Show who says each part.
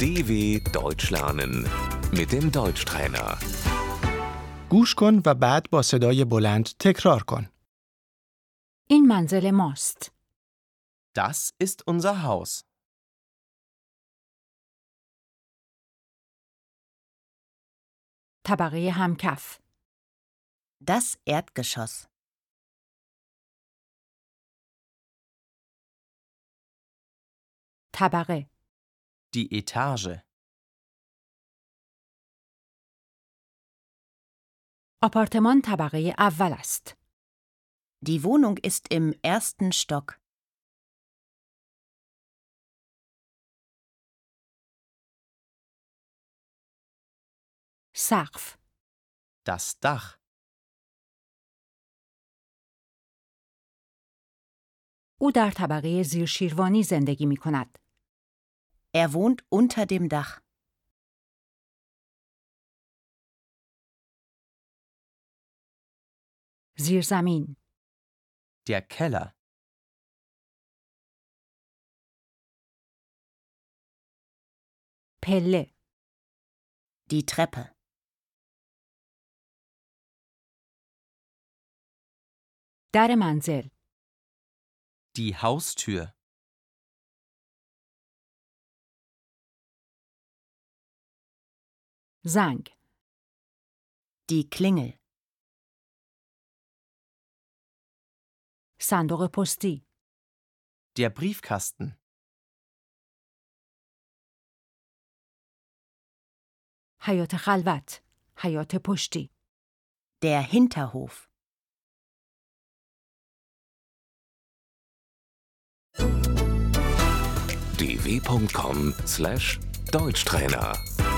Speaker 1: DW Deutsch lernen mit dem Deutschtrainer.
Speaker 2: گوش کن و بعد با صدای بلند تکرار کن.
Speaker 3: این منزل ماست.
Speaker 4: Das ist unser Haus.
Speaker 3: طبقه همکف.
Speaker 5: Das Erdgeschoss.
Speaker 3: طبقه.
Speaker 4: Die Etage.
Speaker 3: آپارتمان طبقه اول است.
Speaker 5: Die Wohnung ist im ersten Stock.
Speaker 3: سقف.
Speaker 4: Das Dach.
Speaker 3: او در طبقه زیر شیروانی زندگی می کند.
Speaker 5: Er wohnt unter dem Dach.
Speaker 3: زیر زمین.
Speaker 4: Der Keller.
Speaker 3: پله.
Speaker 5: Die Treppe.
Speaker 3: در منزل.
Speaker 4: Die Haustür.
Speaker 3: زنگ.
Speaker 5: Die Klingel.
Speaker 3: صندوق پستی.
Speaker 4: Der Briefkasten.
Speaker 3: حیات خلوت. حیات پشتی.
Speaker 5: Der Hinterhof.
Speaker 1: dw.com/deutschtrainer